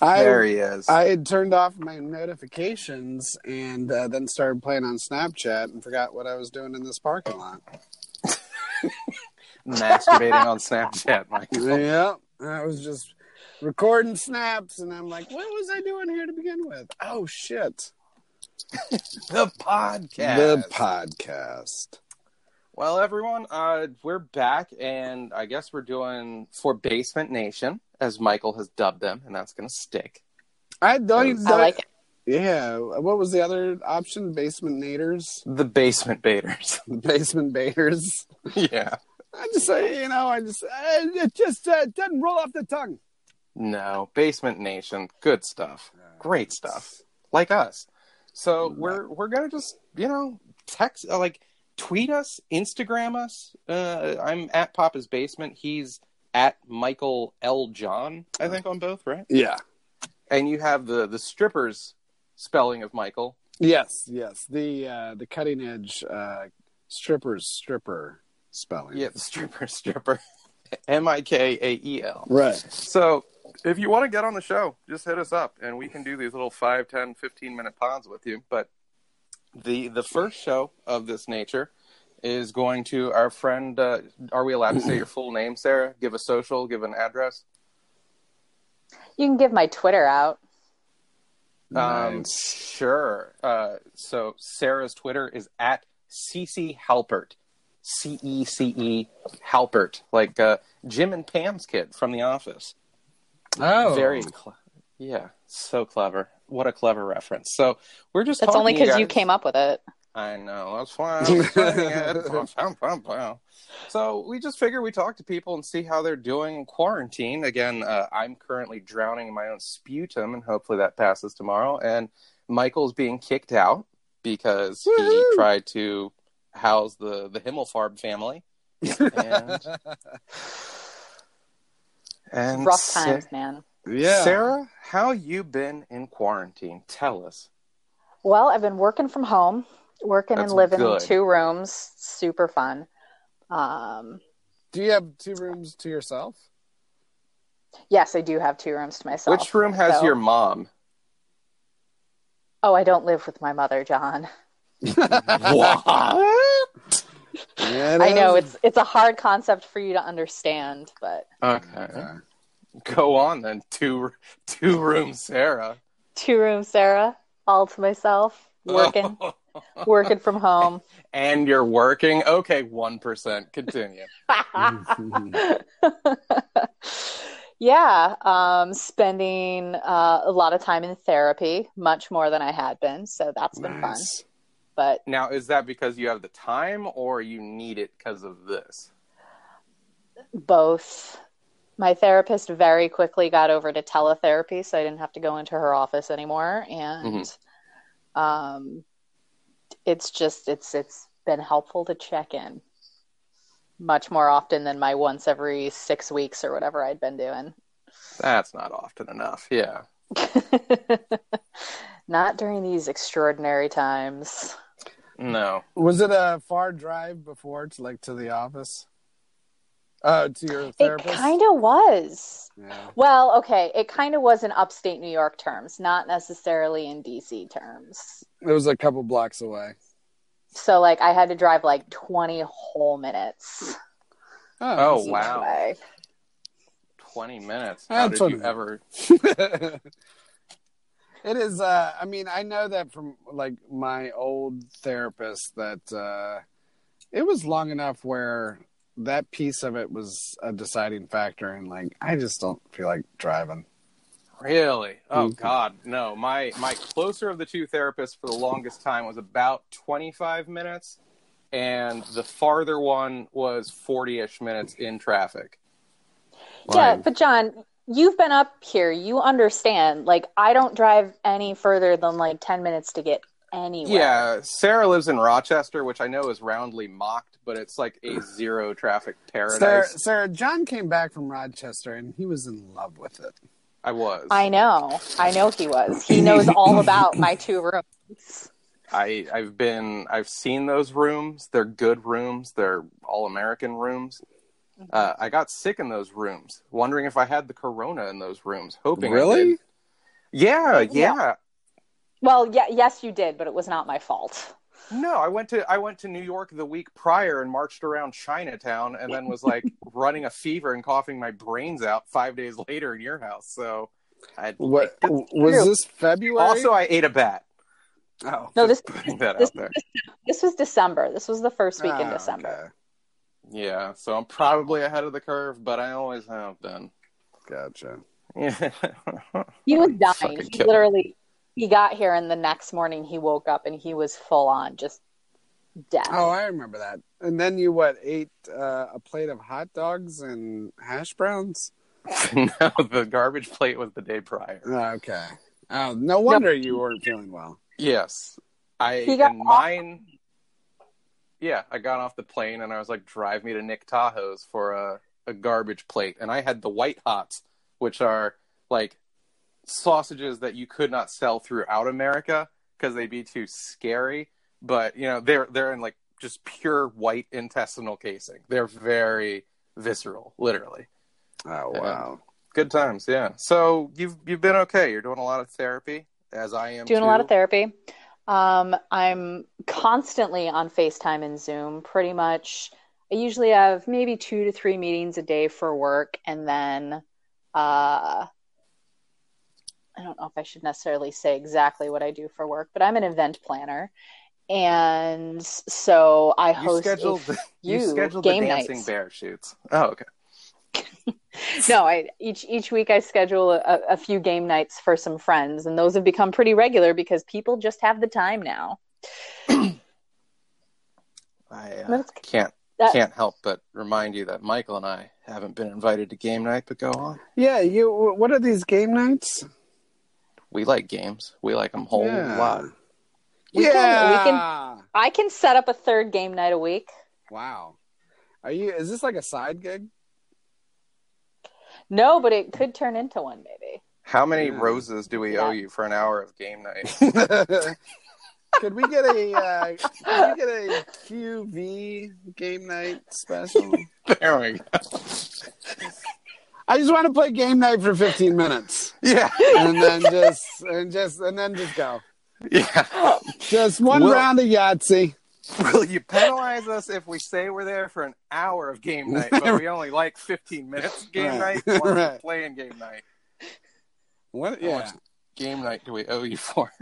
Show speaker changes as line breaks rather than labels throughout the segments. I
there he is.
I had turned off my notifications and uh, then started playing on Snapchat and forgot what I was doing in this parking lot.
Masturbating on Snapchat, Mike.
yep, I was just recording snaps, and I'm like, "What was I doing here to begin with?" Oh shit!
The podcast.
The podcast.
well, everyone, uh, we're back, and I guess we're doing for Basement Nation, as Michael has dubbed them, and that's gonna stick.
I don't.
I
even-
I like it.
Yeah. What was the other option? Basement naders,
The Basement Baiters.
basement baiters.
yeah.
I just, uh, you know, I just, uh, it just uh, doesn't roll off the tongue.
No, Basement Nation. Good stuff. Great stuff. Like us. So we're we're gonna just you know text uh, like tweet us, Instagram us. Uh, I'm at Papa's Basement. He's at Michael L John. I think on both, right?
Yeah.
And you have the the strippers spelling of Michael.
Yes. Yes. The uh, the cutting edge uh, strippers stripper spelling.
Yeah, the stripper stripper. M I K A E L.
Right.
So if you want to get on the show, just hit us up and we can do these little 5, 10, 15 minute pods with you. But the the first show of this nature is going to our friend. Uh, are we allowed to say your full name, Sarah? Give a social, give an address.
You can give my Twitter out.
Um, sure. Uh, so Sarah's Twitter is at CC Halpert. C E C E Halpert. Like uh, Jim and Pam's kid from The Office.
Oh,
Very, cl- yeah, so clever. What a clever reference. So we're just.
That's
talking
only
to
because you
guys-
came up with it.
I know. That's fine. I was planning it. Pow, pow, pow, pow. so we just figure we talk to people and see how they're doing in quarantine. Again, uh, I'm currently drowning in my own sputum, and hopefully that passes tomorrow. And Michael's being kicked out because he
Woohoo!
tried to house the the Himmelfarb family. And, and
Rough
Sa-
times, man.
yeah.
Sarah, how you been in quarantine? Tell us.
Well, I've been working from home, working
That's
and living
good.
in two rooms. Super fun. Um,
Do you have two rooms to yourself?
yes, I do have two rooms to myself.
Which room has
so-
your mom?
Oh, I don't live with my mother, John.
What?
Yeah,
I know it's it's a hard concept for you to understand, but
okay. Go on then. Two two room Sarah.
two rooms, Sarah, all to myself, working, working from home.
and you're working? Okay, 1%. Continue.
yeah, um, spending uh, a lot of time in therapy, much more than I had been. So that's been fun.
Nice.
But
Now, is that because you have the time or you need it because of this?
both my therapist very quickly got over to teletherapy, so I didn't have to go into her office anymore. And um, it's just it's it's been helpful to check in much more often than my once every six weeks or whatever I'd been doing.
That's not often enough. Yeah.
Not during these extraordinary times.
No.
Was it a far drive before to like to the office? Uh, to your therapist.
It kind of was.
Yeah.
Well, okay, it kind of was in upstate New York terms, not necessarily in DC terms.
It was a couple blocks away.
So like I had to drive like 20 whole minutes.
Oh,
that's-
wow.
Way.
20 minutes. How
That's
did you
what-
ever.
it is uh i mean i know that from like my old therapist that uh it was long enough where that piece of it was a deciding factor and like i just don't feel like driving
Really? Oh
Mhm.
God, no. My my closer of the two therapists for the longest time was about twenty five minutes, and the farther one was forty ish minutes in traffic.
Yeah,
Like,
but John, you've been up here. You understand. Like I don't drive any further than like 10 minutes to get anywhere.
Yeah, Sarah lives in Rochester, which I know is roundly mocked, but it's like a zero traffic paradise.
sarah, sarah john came back from rochester and he was in love with it
I was.
I know. I know he was. He knows all about my two rooms.
I I've been I've seen those rooms. They're good rooms. They're all American rooms. Uh, I got sick in those rooms, wondering if I had the corona in those rooms, hoping I did.
really
Yeah,
Yeah.
yeah.
Well, yeah, yes, you did, but it was not my fault.
No, I went to I went to New York the week prior and marched around Chinatown and then was like running a fever and coughing my brains out 5 days later in your house. So I
What was this February?
Also I ate a bat.
oh,
No, this
Putting that
This-
out there.
this was December. This was the first
Oh,
week in
Ah,
December.
Yeah, so I'm probably ahead of the curve, but I always have been.
okay. Gotcha.
Yeah.
He was dying.
Fucking
He
kill me.
literally he got here and the next morning he woke up and he was full on just death.
Oh, I remember that. And then you what ate uh, a plate of hot dogs and hash browns?
no, the garbage plate was the day prior.
Uh, Okay. Oh, no wonder you weren't feeling well.
Yes. I
He got
and
off-
mine Yeah, I got off the plane and I was like, drive me to Nick Tahoe's for a, a garbage plate. And I had the white hots, which are like sausages that you could not sell throughout America because they'd be too scary. But you know, they're they're in like just pure white intestinal casing. They're very visceral, literally.
Oh wow.
Good times, yeah. So you've you've been okay. You're doing a lot of therapy, as I am
Doing a lot of
too.
therapy. Um, I'm constantly on FaceTime and Zoom pretty much. I usually have maybe two to three meetings a day for work and then uh I don't know if I should necessarily say exactly what I do for work, but I'm an event planner. And so I
You
host a
scheduled you
few
scheduled
game
the dancing
nights.
bear shoots. Oh, okay.
no, I each each week I schedule a, a few game nights for some friends, and those have become pretty regular because people just have the time now.
I
But
uh,
it's-
can't
that-
can't help but remind you that Michael and I haven't been invited to game night, but go on.
Yeah, you. What are these game nights?
We like games. We like them whole
Yeah.
lot.
We
yeah.
can- we I can set up a third game night a week.
Wow. Are you? Is this like a side gig?
No, but it could turn into one maybe.
How many
Yeah.
roses do we
Yeah.
owe you for an hour of game night?
could we get a? Uh, could we get a QV game night special?
there we go.
I just want to play game night for 15 minutes,
Yeah,
and then just and just and then just go.
yeah.
Just one
Well-
round of Yahtzee.
Will you penalize us if we say we're there for an hour of game night, but we only like fifteen minutes of game
Right.
night? Why
Right.
Playing game night.
What?
How
Yeah.
much Game night do we owe you for?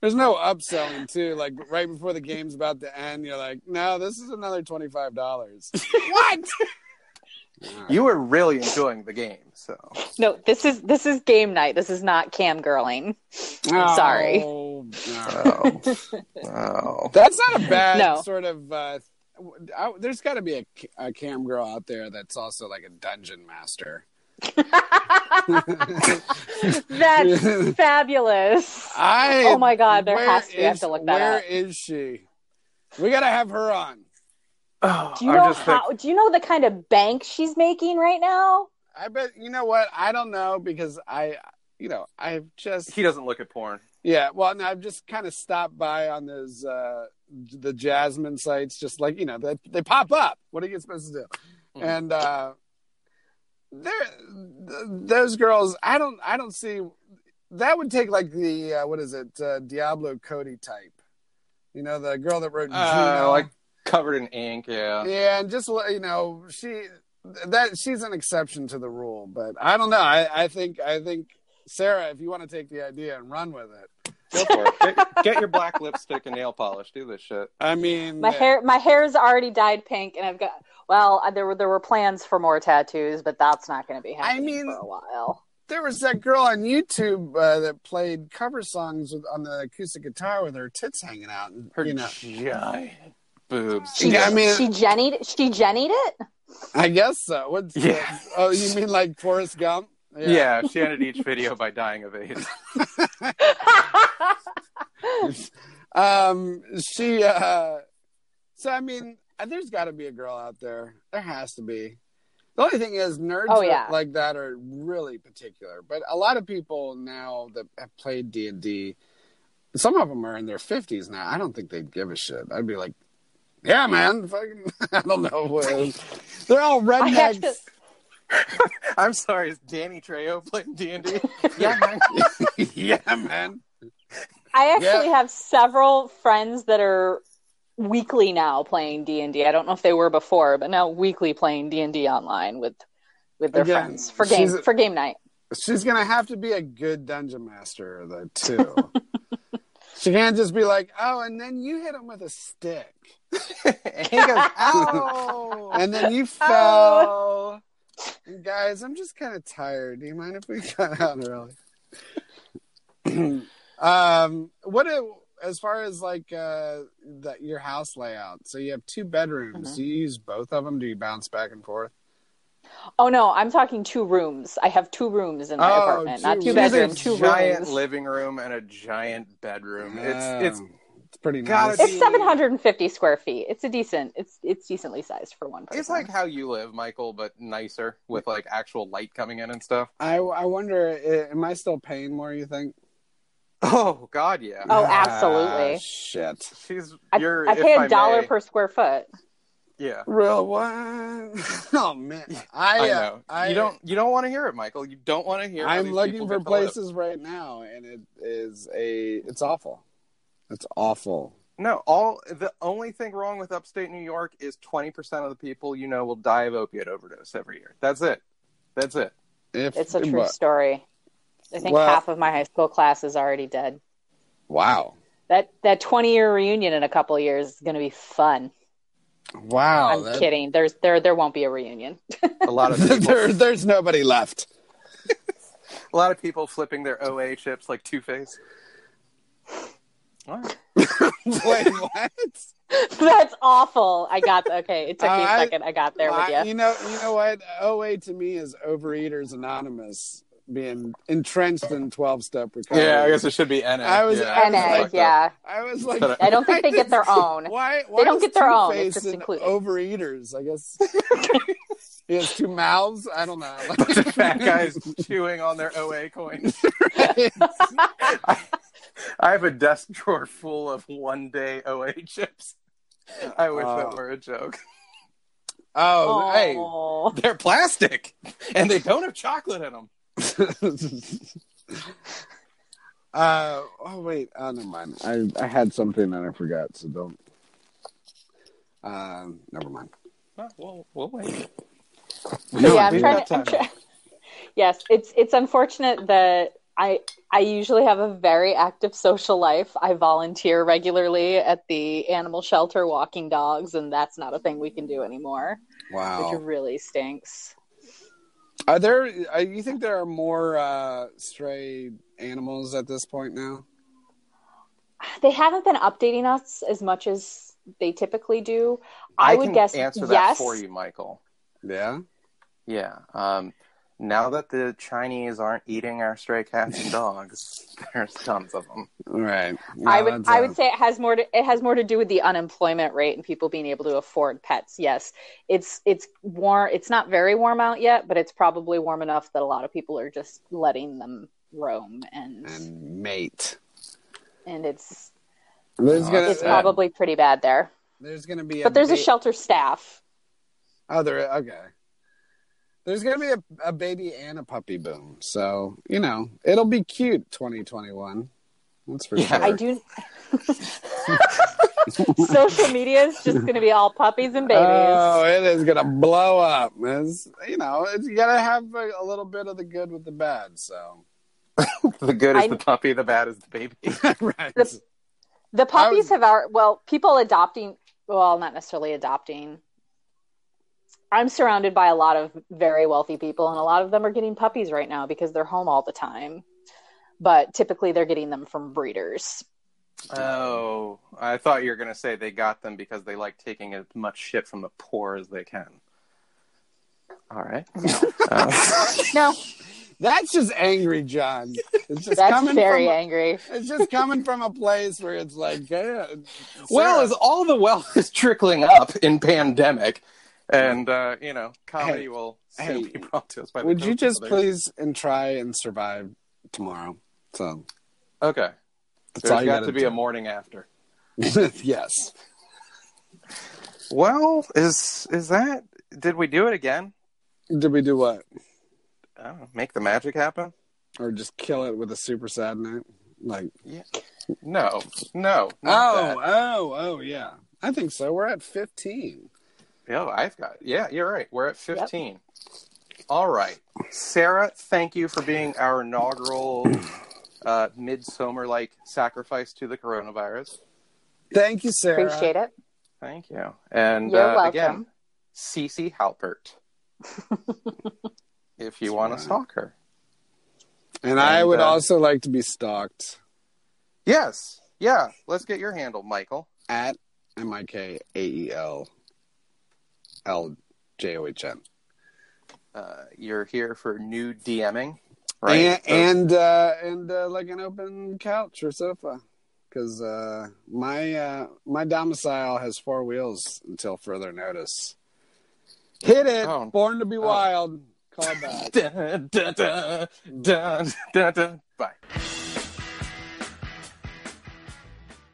There's no upselling too. Like right before the game's about to end, you're like, "No, this is another twenty five dollars."
what? You were really enjoying the game, so
No, this is this is game night. This is not cam girling. sorry.
oh, oh.
That's not a bad
No.
sort of. Uh, I, there's got to be a, a cam girl out there that's also like a dungeon master.
That's fabulous.
I.
Oh my God, there
where
has to be. I have
is-
to look that
Where
up.
is she? We gotta have her on.
Oh,
Do you
I'm
know
just think-
how? do you know the kind of bank she's making right now?
I bet you know what I don't know because I, you know, I've just
he doesn't look at porn.
Yeah, well, and I've just kind of stopped by on those uh, the Jasmine sites, just like you know, they, they pop up. What are you supposed to do?
Mhm.
And uh, there, th- those girls, I don't, I don't see. That would take like the uh, what is it, uh, Diablo Cody type? You know, the girl that wrote
Uh,
Juno.
like covered in ink. Yeah.
yeah, and just let- you know, she that she's an exception to the rule, but I don't know. I, I think, I think Sarah, if you want to take the idea and run with it.
Go for it. Get, get your black lipstick and nail polish. Do this shit.
I mean,
My hair, my hair's already dyed pink, and I've got. Well, uh, there were there were plans for more tattoos, but that's not going to be happening
mean-
for a while.
there was that girl on YouTube uh, that played cover songs with, on the acoustic guitar with her tits hanging out. And,
Her
you know,
giant boobs.
She,
Yeah, I mean-
she jennied, she jennied it.
I guess so. What's
Yeah.
Oh, you mean like Forrest Gump?
yeah. She ended each video by dying of AIDS.
Um, she. Uh, so I mean, uh, there's got to be a girl out there. There has to be. The only thing is, nerds
Oh,
are-
yeah.
like that are really particular. But a lot of people now that have played D and D, some of them are in their fifties now. I don't think they'd give a shit. I'd be like, yeah, man, fucking, I don't know. They're all
I
rednecks.
actually,
I'm sorry, is Danny Trejo playing D and D?
Yeah, man. yeah, man.
I actually have several friends that are weekly now playing D and I don't know if they were before, but now weekly playing D and D online with with their
Again,
friends for game
she's a-
for game night.
She's gonna have to be a good dungeon master, though, too. she can't just be like, "Oh, and then you hit him with a stick,
and he goes, "Ow!"
and then you fell." And guys, I'm just kind of tired. Do you mind if we cut out early? um, what do- as far as like uh, the, your house layout? So you have two bedrooms.
Mhm.
Do you use both of them? Do you bounce back and forth?
Oh no, I'm talking two rooms. I have two rooms in my
Oh,
apartment, not
two
two
rooms. She's a
bedroom, two
giant
rooms.
living room and a giant bedroom.
Oh,
It's it's
it's pretty
gotta
nice.
be-
it's 750 square feet. It's a decent. It's it's decently sized for one person.
it's like how you live, Michael, but nicer with like actual light coming in and stuff.
I I wonder, i- am I still paying more? You think?
Oh God, yeah.
Oh, absolutely.
Ah, shit.
She's
I,
you're.
I pay
if
a dollar
may-
per square foot.
Yeah,
Real one. oh man, I,
I
uh,
know.
I
you don't. You don't want to hear it, Michael. You don't want to hear. how
I'm
these
looking
people
for
get to live.
places right now, and it is a. It's awful. It's awful.
No, all the only thing wrong with upstate New York is twenty percent of the people you know will die of opiate overdose every year. That's it. That's it.
If
It's a true
but-
story. I think
Well-
half of my high school class is already dead.
Wow.
That that 20 year reunion in a couple of years is going to be fun.
Wow.
I'm
Oh, that-
kidding. There's there there won't be a reunion.
A lot of people,
there, there's nobody left.
a lot of people flipping their OA chips like Two Face.
Wait, what?
That's awful. I got okay. It took me
Oh,
a
I-
second. I got there with
I-
you.
you know, you know what? OA to me is Overeaters Anonymous being entrenched in twelve step recovery.
Yeah, I guess it should be NA.
I was-
yeah,
I was
And
like
uh,
fucked up.
yeah,
I was like,
But
I don't think they
why
get their
does-
own.
Why, why
don't
does
get their own, it's
Two-Face
just
and
included.
Overeaters, I guess. he has two mouths. I don't know.
Bunch of fat guys chewing on their OA coins. I, I have a desk drawer full of one day OA chips. I wish
Oh.
that were a joke.
Oh,
Oh,
They're plastic and they don't have chocolate in them.
hey. uh, oh wait. Oh, never mind. I I had something that I forgot, so don't. Um, never mind.
Oh, well, we'll wait.
No,
yeah, I'm
we've
trying
got
to. I'm
time.
try- yes, it's it's unfortunate that I I usually have a very active social life. I volunteer regularly at the animal shelter, walking dogs, and that's not a thing we can do anymore, which
Wow.
really stinks.
Are there? Uh, you think there are more uh, stray animals at this point now?
They haven't been updating us as much as they typically do. I, would
can
guess
answer
yes.
that for you, Michael.
Yeah.
Yeah. Um, now that the Chinese aren't eating our stray cats and dogs, there's tons of them.
All right.
I
Yeah,
would
that's,
I
uh,
would say it has more to, it has more to do with the unemployment rate and people being able to afford pets. Yes, it's it's warm. It's not very warm out yet, but it's probably warm enough that a lot of people are just letting them roam and and,
and mate.
it's
There's
No,
gonna
it's
Uh,
probably pretty bad there.
there's gonna be a
But there's a
ba-
shelter staff.
oh there okay. There's gonna be a, a baby and a puppy boom, so you know it'll be cute. 2021, that's for
Yeah.
sure.
I do. Social media is just going to be all puppies and babies.
Oh, it is gonna blow up. It's, you know, it's, you gotta have a, a little bit of the good with the bad. So
The good is
I-
the puppy, the bad is the baby.
right,
The- The puppies have our well, people adopting well, not necessarily adopting. I'm surrounded by a lot of very wealthy people and a lot of them are getting puppies right now because they're home all the time. But typically they're getting them from breeders.
Oh, I thought you were going to say they got them because they like taking as much shit from the poor as they can. All right. Uh,
No,
that's just angry, John. It's just
that's
coming
very
from.
angry.
It's just coming from a place where it's like, yeah,
well,
Sarah-
as all the wealth is trickling up in pandemic, and uh, you know, comedy
Hey,
will
hey,
soon be brought to us by. the
Would you
Koch
just
brothers.
please and try and survive tomorrow? So
Okay,
that's
there's
all you
got to be a
more.
morning after.
yes.
Well, is is that? Did we do it again?
Did we do what?
I don't know, make the magic happen.
Or just kill it with a super sad night? Like
No, no. not
oh, oh, oh, yeah. I think so. We're at fifteen.
that. oh, I've got. Yeah, you're right. We're at 15. All right, Sarah. Thank you for being our inaugural uh, midsummer-like sacrifice to the coronavirus.
Thank you, Sarah.
Appreciate it.
Thank you. And
You're
uh, again,
welcome.
Cece Halpert. if you want to stalk her.
And, I would
And, uh,
also like to be stalked
Yes. Yeah. Let's get your handle, Michael.
at M I K A E L L J O H N.
Uh, you're here for new DMing, right?
Right. And
So-
and, uh, and uh, like an open couch or sofa. Because uh, my uh, my domicile has four wheels until further notice. Hit it!
Oh.
Born to be
Oh.
wild. Call back.
Dun, dun, dun, dun, dun, dun. Bye.